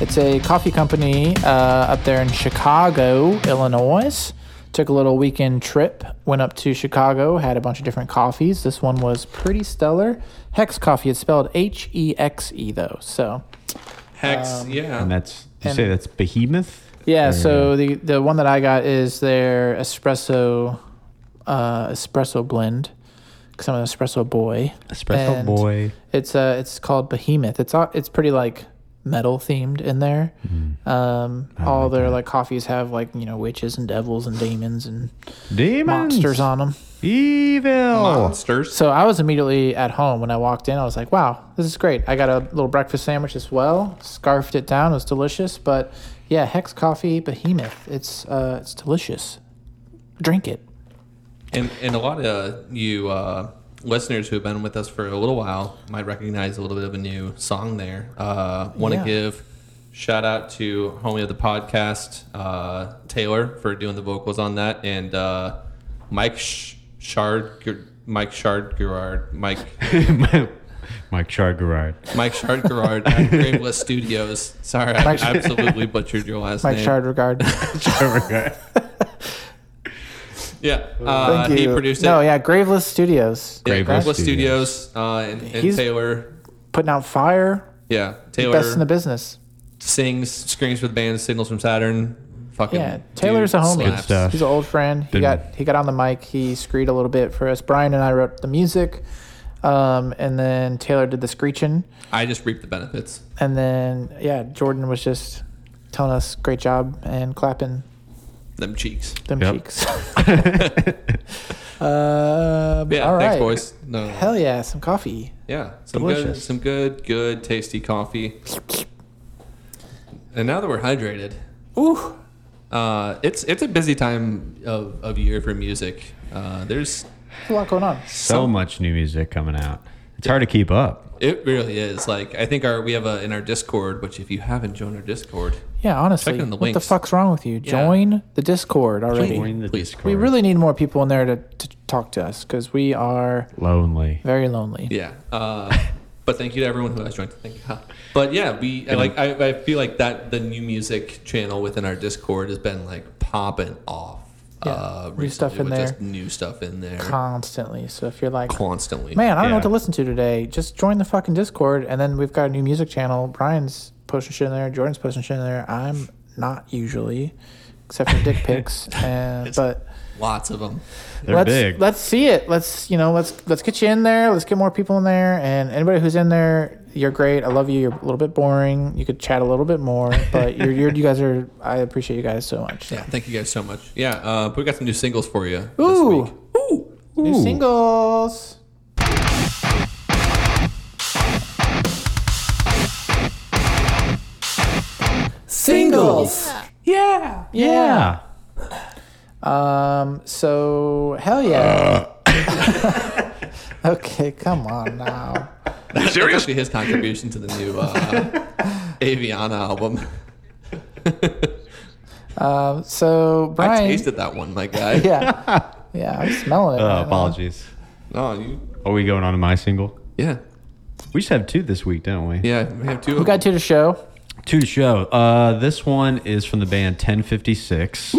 Speaker 2: It's a coffee company uh, up there in Chicago, Illinois. Took a little weekend trip, went up to Chicago, had a bunch of different coffees. This one was pretty stellar. Hex Coffee. It's spelled H E X E though. So
Speaker 4: Hex, yeah.
Speaker 5: And that's you
Speaker 2: And-
Speaker 5: say that's Behemoth.
Speaker 2: Yeah, so the the one that I got is their espresso uh, espresso blend because I'm an espresso boy.
Speaker 5: Espresso
Speaker 2: And
Speaker 5: boy.
Speaker 2: It's uh it's called Behemoth. It's all, it's pretty like metal themed in there.
Speaker 4: Mm-hmm.
Speaker 2: Um, all their like coffees have like you know witches and devils and demons and
Speaker 5: Demons.
Speaker 2: monsters on them.
Speaker 5: Evil.
Speaker 4: Monsters.
Speaker 2: So I was immediately at home when I walked in. I was like, wow, this is great. I got a little breakfast sandwich as well. Scarfed it down. It was delicious. But yeah, Hex Coffee Behemoth. It's uh, it's delicious. Drink it.
Speaker 4: And, and a lot of you uh, listeners who have been with us for a little while might recognize a little bit of a new song there. Uh, Want to
Speaker 2: Yeah.
Speaker 4: give shout out to homie of the podcast, uh, Taylor, for doing the vocals on that, and uh, Mike Sh- Shard, Ger- Mike Shard Gerard, Mike
Speaker 5: Mike Chargarard.
Speaker 4: Mike Shard Gerard at Graveless Studios. Sorry, I
Speaker 2: Mike Sh-
Speaker 4: absolutely butchered your last
Speaker 2: Mike
Speaker 4: name.
Speaker 2: Shard regard.
Speaker 4: Yeah, uh, he produced it.
Speaker 2: No, yeah, Graveless Studios.
Speaker 4: Yeah,
Speaker 5: Graveless
Speaker 4: Graveless Studios,
Speaker 5: Studios.
Speaker 4: uh, and, and
Speaker 2: He's-
Speaker 4: Taylor.
Speaker 2: Putting out fire.
Speaker 4: Yeah,
Speaker 2: Best in the
Speaker 4: Taylor
Speaker 2: business.
Speaker 4: sings, screams for the band, signals from Saturn. Fucking
Speaker 2: Yeah, Taylor's
Speaker 4: dude
Speaker 2: a homie.
Speaker 4: slaps.
Speaker 5: Good stuff.
Speaker 2: He's an old friend. He
Speaker 5: Been-
Speaker 2: got he got on the mic. He screed a little bit for us. Brian and I wrote the music, um, and then Taylor did the screeching.
Speaker 4: I just reap the benefits.
Speaker 2: And then yeah, Jordan was just telling us great job and clapping
Speaker 4: Them cheeks.
Speaker 2: them
Speaker 5: Yep.
Speaker 2: cheeks. um,
Speaker 4: Yeah,
Speaker 2: all
Speaker 4: thanks,
Speaker 2: right.
Speaker 4: boys. No,
Speaker 2: Hell yeah, some coffee.
Speaker 4: yeah, some good,
Speaker 2: delicious.
Speaker 4: some good, good, tasty coffee. And now that we're hydrated,
Speaker 2: Ooh,
Speaker 4: uh, it's it's a busy time of, of year for music. Uh, there's
Speaker 2: there's a lot going on.
Speaker 5: So much new music coming out. It's hard to keep up.
Speaker 4: it really is like I think our we have a in our Discord, which if you haven't joined our Discord,
Speaker 2: Yeah, honestly,
Speaker 4: Checking the
Speaker 2: what the
Speaker 4: links.
Speaker 2: fuck's wrong with you? Join the Discord already.
Speaker 5: Join the
Speaker 4: Please.
Speaker 5: Discord.
Speaker 2: We really need more people in there to, to talk to us because we are
Speaker 5: lonely.
Speaker 2: very lonely.
Speaker 4: Yeah. Uh, But thank you to everyone who has joined. Thank God. But yeah, we I like I, I feel like that the new music channel within our Discord has been like popping off.
Speaker 2: Yeah,
Speaker 4: Uh,
Speaker 2: new stuff
Speaker 4: recently
Speaker 2: in
Speaker 4: with
Speaker 2: there.
Speaker 4: Just new stuff in there
Speaker 2: constantly. So if you're like,
Speaker 4: constantly.
Speaker 2: man, I don't know what to
Speaker 5: Yeah.
Speaker 2: listen to today, just join the fucking Discord, and then we've got a new music channel. Brian's posting shit in there. Jordan's posting shit in there. I'm not usually, except for dick pics. And but
Speaker 4: Lots of them.
Speaker 5: They're
Speaker 2: let's
Speaker 5: big.
Speaker 2: let's see it. Let's you know let's let's get you in there. Let's get more people in there. And anybody who's in there, you're great. I love you. You're a little bit boring. You could chat a little bit more, but you're, you're you guys are. I appreciate you guys so much.
Speaker 4: Yeah, thank you guys so much. Yeah, uh, we got some new singles for you
Speaker 2: Ooh.
Speaker 4: this week. Ooh.
Speaker 2: New singles.
Speaker 4: Singles.
Speaker 2: Yeah. Yeah.
Speaker 5: yeah.
Speaker 2: Um. So hell yeah. okay, come on now.
Speaker 4: You serious? Actually, his contribution to the new uh, Aviana album.
Speaker 2: So
Speaker 4: I
Speaker 2: Brian.
Speaker 4: tasted that one, my guy.
Speaker 2: Yeah. Yeah, I'm smelling it.
Speaker 5: Uh,
Speaker 2: right now.
Speaker 5: apologies.
Speaker 4: No, you.
Speaker 5: Are we going on to my single?
Speaker 4: Yeah.
Speaker 5: We just have two this week, don't we?
Speaker 4: Yeah, we have two.
Speaker 2: We got two to show.
Speaker 5: Two to show. Uh, this one is from the band 1056.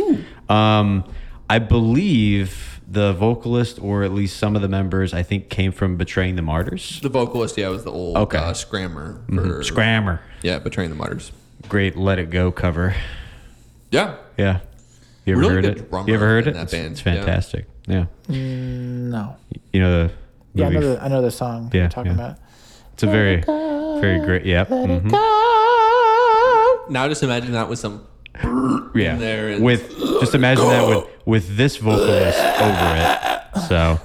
Speaker 5: Um, I believe the vocalist, or at least some of the members, I think came from Betraying the Martyrs.
Speaker 4: The vocalist, yeah, was the old
Speaker 5: Okay. Mm-hmm.
Speaker 4: uh, scrammer. For,
Speaker 5: Scrammer.
Speaker 4: Yeah, Betraying the Martyrs.
Speaker 5: Great Let It Go cover.
Speaker 4: Yeah.
Speaker 5: Yeah. You ever
Speaker 4: Really
Speaker 5: heard
Speaker 4: good
Speaker 5: it?
Speaker 4: drummer
Speaker 5: You ever heard
Speaker 4: in
Speaker 5: it?
Speaker 4: that
Speaker 5: It's,
Speaker 4: band,
Speaker 5: it's fantastic. Yeah.
Speaker 2: No.
Speaker 5: You know the
Speaker 2: Yeah, I know
Speaker 5: movie-
Speaker 2: the, I know the song
Speaker 5: Yeah,
Speaker 2: you're talking
Speaker 5: yeah.
Speaker 2: about.
Speaker 5: It's a very, very great. Yeah. mhm,
Speaker 4: Now just imagine that with some.
Speaker 5: Yeah.
Speaker 4: there and-
Speaker 5: with just imagine that with with this vocalist over it. So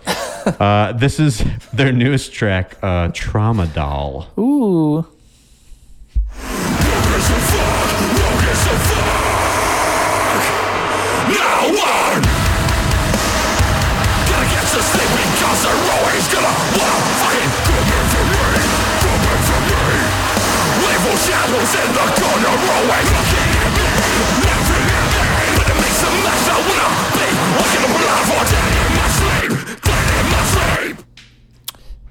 Speaker 5: uh, this is their newest track, uh, Trauma Doll.
Speaker 2: Ooh.
Speaker 3: Now one Gotta get to sleep because they're always gonna want fucking coming for me, coming for me. Evil shadows in the corner always looking at me, laughing at me. But it makes a mess. I wanna be waking up alive or dead in my sleep, dead in my sleep.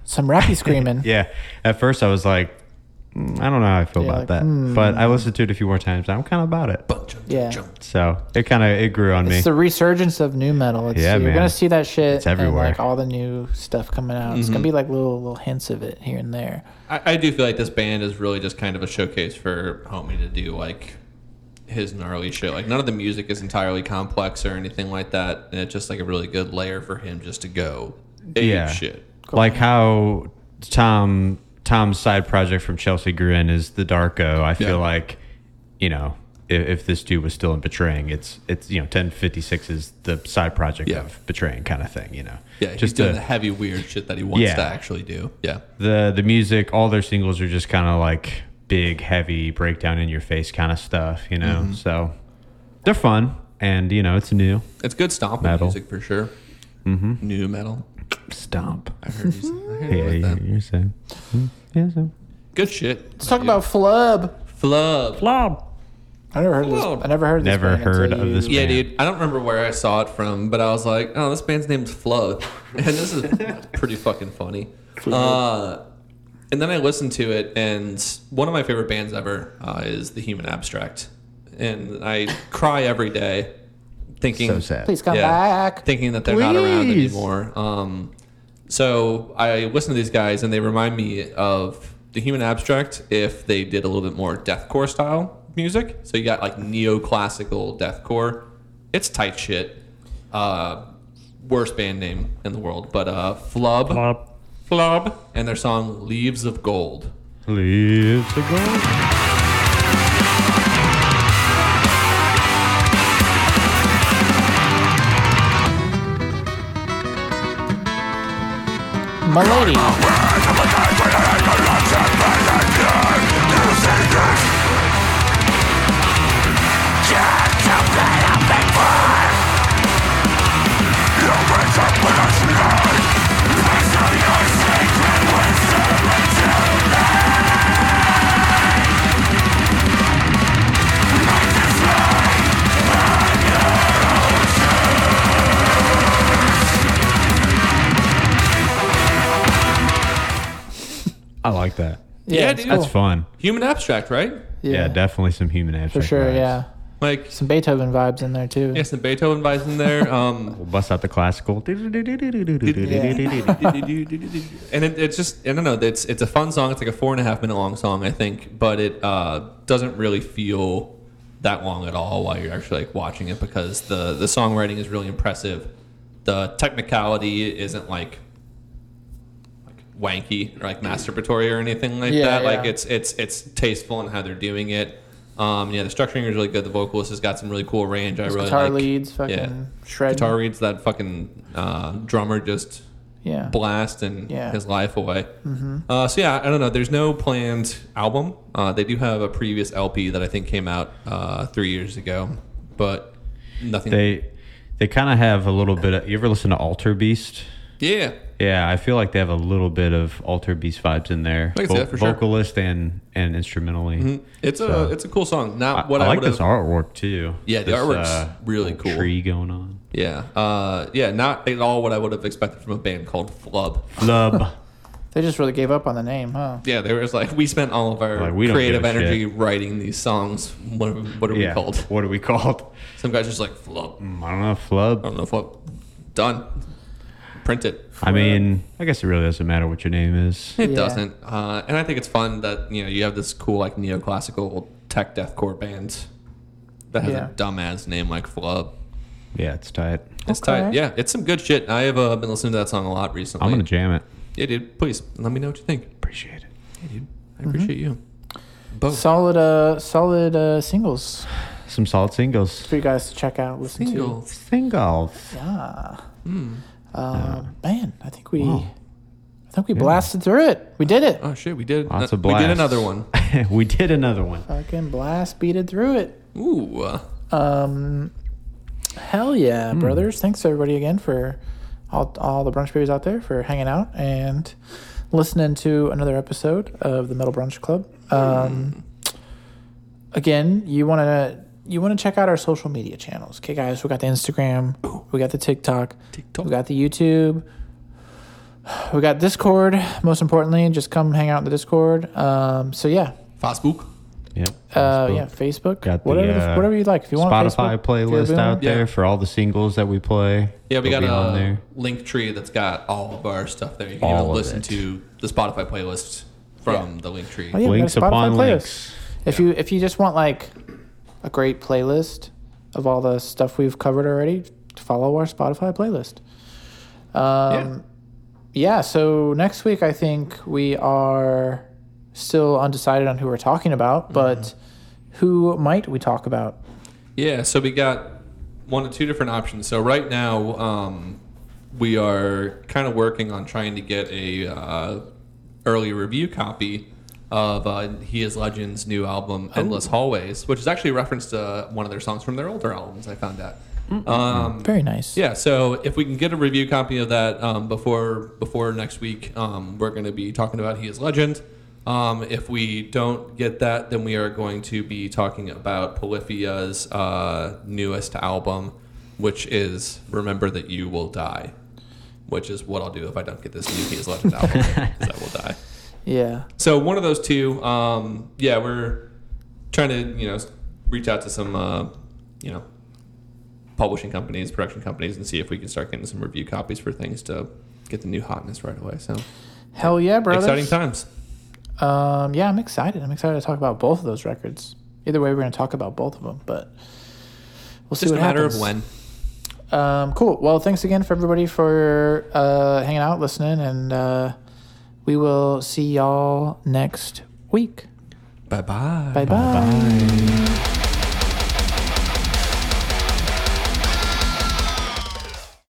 Speaker 2: Some rappy screaming.
Speaker 5: Yeah. At first I was like, mm, I don't know how I feel about
Speaker 2: like, hmm.
Speaker 5: that, but I listened to it a few more times. and I'm kind of about it.
Speaker 2: Yeah.
Speaker 5: So it kind of it grew on me.
Speaker 2: It's the resurgence of new metal. It's,
Speaker 5: Yeah,
Speaker 2: you're
Speaker 5: man.
Speaker 2: gonna see that shit. It's
Speaker 5: everywhere. Mm-hmm.
Speaker 2: like all the new stuff coming out. It's gonna be like little little hints of it here and there.
Speaker 4: I, I do feel like this band is really just kind of a showcase for Homie to do like his gnarly shit. Like none of the music is entirely complex or anything like that. And it's just like a really good layer for him just to go. ape
Speaker 5: Yeah.
Speaker 4: Shit.
Speaker 5: like how Tom Tom's side project from Chelsea Gruen is the Darko. I feel
Speaker 4: Yeah.
Speaker 5: like you know if, if this dude was still in Betraying, it's it's you know ten fifty six is the side project
Speaker 4: Yeah.
Speaker 5: of Betraying kind of thing. You know,
Speaker 4: Yeah, he's
Speaker 5: just
Speaker 4: doing the
Speaker 5: the,
Speaker 4: heavy weird shit that he wants
Speaker 5: Yeah.
Speaker 4: to actually do. Yeah.
Speaker 5: the the music. All their singles are just kind of like big, heavy breakdown in your face kind of stuff. You know,
Speaker 4: Mm-hmm.
Speaker 5: so they're fun and you know it's new
Speaker 4: It's good stomping
Speaker 5: Metal.
Speaker 4: music for sure. Mm-hmm. New metal.
Speaker 5: stomp.
Speaker 4: I heard you, say- I heard you
Speaker 5: Yeah,
Speaker 4: like
Speaker 5: you-
Speaker 4: that.
Speaker 5: you're saying. Mm, Yeah, so.
Speaker 4: Good shit.
Speaker 2: Let's talk about flub.
Speaker 4: Flub.
Speaker 2: I never heard of
Speaker 4: Flub.
Speaker 2: this. I never heard of this.
Speaker 5: Never
Speaker 2: band until
Speaker 5: heard of
Speaker 2: you-
Speaker 5: this
Speaker 4: Yeah,
Speaker 5: band.
Speaker 4: dude. I don't remember where I saw it from, but I was like, oh, this band's name's Flub. And this is pretty fucking funny. Uh, and then I listened to it, and one of my favorite bands ever uh, is The Human Abstract. And I cry every day thinking.
Speaker 5: So sad.
Speaker 2: Please come
Speaker 4: Yeah.
Speaker 2: back.
Speaker 4: thinking that they're not around
Speaker 5: Please.
Speaker 4: anymore. Um, so I listen to these guys, and they remind me of the Human Abstract if they did a little bit more deathcore style music. So you got like neoclassical deathcore. It's tight shit. Uh, worst band name in the world, but uh, Flub, Flub, Flub, and their song "Leaves of Gold."
Speaker 5: Leaves of gold.
Speaker 2: Milady.
Speaker 5: like that.
Speaker 4: Yeah,
Speaker 2: it's
Speaker 4: dude.
Speaker 5: That's
Speaker 2: cool.
Speaker 5: fun.
Speaker 4: Human abstract, right?
Speaker 5: Yeah, definitely some human
Speaker 2: for
Speaker 5: abstract.
Speaker 2: sure.
Speaker 5: vibes.
Speaker 2: Yeah,
Speaker 4: Like
Speaker 2: some Beethoven vibes in there too.
Speaker 4: yeah, some Beethoven vibes in there. Um,
Speaker 5: We'll bust out the classical.
Speaker 4: and it, it's just I don't know. It's it's a fun song. It's like a four and a half minute long song, I think, but it uh, doesn't really feel that long at all while you're actually like watching it because the the songwriting is really impressive. The technicality isn't like like wanky or like masturbatory or anything like
Speaker 2: Yeah,
Speaker 4: that.
Speaker 2: yeah.
Speaker 4: Like it's it's it's tasteful in how they're doing it. Um, yeah, the structuring is really good. The vocalist has got some really cool range. I really
Speaker 2: guitar
Speaker 4: like
Speaker 2: leads, fucking shred.
Speaker 4: guitar reads that fucking uh, drummer just
Speaker 2: yeah,
Speaker 4: blast and
Speaker 2: Yeah.
Speaker 4: his life away. Uh, so yeah, I don't know. There's no planned album. Uh, they do have a previous LP that I think came out uh, three years ago, but nothing.
Speaker 5: They they kind of have a little bit of. You ever listen to Alter Beast?
Speaker 4: yeah,
Speaker 5: Yeah, I feel like they have a little bit of Alter Beast vibes in there,
Speaker 4: I can see that for sure.
Speaker 5: vocalist and and instrumentally.
Speaker 4: it's
Speaker 5: So-
Speaker 4: a it's a cool song. Not
Speaker 5: I,
Speaker 4: what I,
Speaker 5: I like
Speaker 4: would've-
Speaker 5: this artwork too.
Speaker 4: Yeah, the
Speaker 5: This, uh,
Speaker 4: artwork's really
Speaker 5: little
Speaker 4: cool.
Speaker 5: Tree going on.
Speaker 4: Yeah, uh, yeah, not at all what I would have expected from a band called Flub.
Speaker 5: Flub.
Speaker 2: they just really gave up on the name, huh?
Speaker 4: Yeah, there was like we spent all of our
Speaker 5: Like, we don't
Speaker 4: creative
Speaker 5: give a
Speaker 4: energy
Speaker 5: shit.
Speaker 4: writing these songs. What are, what are we
Speaker 5: yeah.
Speaker 4: called?
Speaker 5: What are we called?
Speaker 4: Some guys just like Flub.
Speaker 5: Mm, I don't know. Flub.
Speaker 4: I don't know if what. Done. Print it.
Speaker 5: I mean, I guess it really doesn't matter what your name is.
Speaker 4: It
Speaker 2: Yeah.
Speaker 4: doesn't. Uh, and I think it's fun that you know you have this cool like neoclassical tech deathcore band that has
Speaker 2: Yeah.
Speaker 4: a dumbass name like Flub.
Speaker 5: Yeah, it's tight.
Speaker 4: It's
Speaker 2: Okay.
Speaker 4: tight. Yeah, it's some good shit. I have uh, been listening to that song a lot recently.
Speaker 5: I'm gonna jam it.
Speaker 4: yeah, dude. Please let me know what you think.
Speaker 5: Appreciate it.
Speaker 4: Yeah, dude.
Speaker 2: Mm-hmm.
Speaker 4: I appreciate you. Both.
Speaker 2: Solid, uh, solid uh, singles
Speaker 5: Some solid singles.
Speaker 2: for you guys to check out, listen
Speaker 4: Single.
Speaker 5: Singles.
Speaker 2: to. Yeah. Uh, man, I think we,
Speaker 5: Wow.
Speaker 2: I think we blasted through it. We did it.
Speaker 4: Oh shit, we did.
Speaker 5: Lots
Speaker 4: uh,
Speaker 5: of blasts.
Speaker 4: We did another one.
Speaker 5: we did another one.
Speaker 2: Fucking blast beated through it.
Speaker 4: Ooh. uh,
Speaker 2: Um, hell
Speaker 5: Hmm.
Speaker 2: yeah, brothers! Thanks everybody again for all all the brunch babies out there for hanging out and listening to another episode of the Metal Brunch Club. Um,
Speaker 5: Hmm.
Speaker 2: again, you want to you want to check out our social media channels. Okay, guys, we got the Instagram, we got the TikTok,
Speaker 4: TikTok.
Speaker 2: we got the YouTube. We got Discord. Most importantly, just come hang out in the Discord. Um, so yeah,
Speaker 4: Facebook.
Speaker 5: Yep.
Speaker 2: uh,
Speaker 5: Facebook.
Speaker 2: yeah, Facebook,
Speaker 5: Got the,
Speaker 2: whatever, the-
Speaker 5: uh,
Speaker 2: whatever you like. If you want
Speaker 5: Spotify
Speaker 2: Facebook, if you're a
Speaker 5: playlist out
Speaker 2: boomer.
Speaker 5: there
Speaker 4: Yeah.
Speaker 5: for all the singles that we play.
Speaker 4: Yeah, we
Speaker 5: They'll
Speaker 4: got uh,
Speaker 5: be
Speaker 4: a
Speaker 5: on there.
Speaker 4: link tree that's got all of our stuff there. You can
Speaker 5: All
Speaker 4: even
Speaker 5: of
Speaker 4: listen
Speaker 5: it.
Speaker 4: to the Spotify playlist from the link tree.
Speaker 2: Oh, yeah, we got
Speaker 5: Links
Speaker 2: a Spotify
Speaker 5: upon
Speaker 2: playlist.
Speaker 5: links.
Speaker 2: If you if you just want like a great playlist of all the stuff we've covered already, follow our Spotify playlist. Um, yeah. So next week, I think we are still undecided on who we're talking
Speaker 4: Mm-hmm.
Speaker 2: about, but who might we talk about?
Speaker 4: Yeah, so we got one or two different options. So right now, um, we are kind of working on trying to get a uh, early review copy of uh, He Is Legend's new album Endless Hallways, which is actually referenced to one of their songs from their older albums. I found out. Um,
Speaker 2: Very nice.
Speaker 4: yeah, so if we can get a review copy of that um, before before next week, um, we're going to be talking about He Is Legend. Um, if we don't get that, then we are going to be talking about Polyphia's uh, newest album, which is Remember That You Will Die, which is what I'll do if I don't get this new He Is Legend album, because I will die.
Speaker 2: Yeah.
Speaker 4: So one of those two. Um, yeah, we're trying to you know reach out to some uh, you know publishing companies, production companies, and see if we can start getting some review copies for things to get the new hotness right away. So
Speaker 2: Hell yeah, brothers.
Speaker 4: exciting times.
Speaker 2: Um, yeah, I'm excited. I'm excited to talk about both of those records. Either way, we're going to talk about both of them, but we'll see
Speaker 4: Just a
Speaker 2: what
Speaker 4: matter
Speaker 2: happens.
Speaker 4: of when.
Speaker 2: Um, cool. Well, thanks again for everybody for uh, hanging out, listening, and uh, we will see y'all next week.
Speaker 4: Bye bye.
Speaker 2: Bye bye.
Speaker 5: Bye.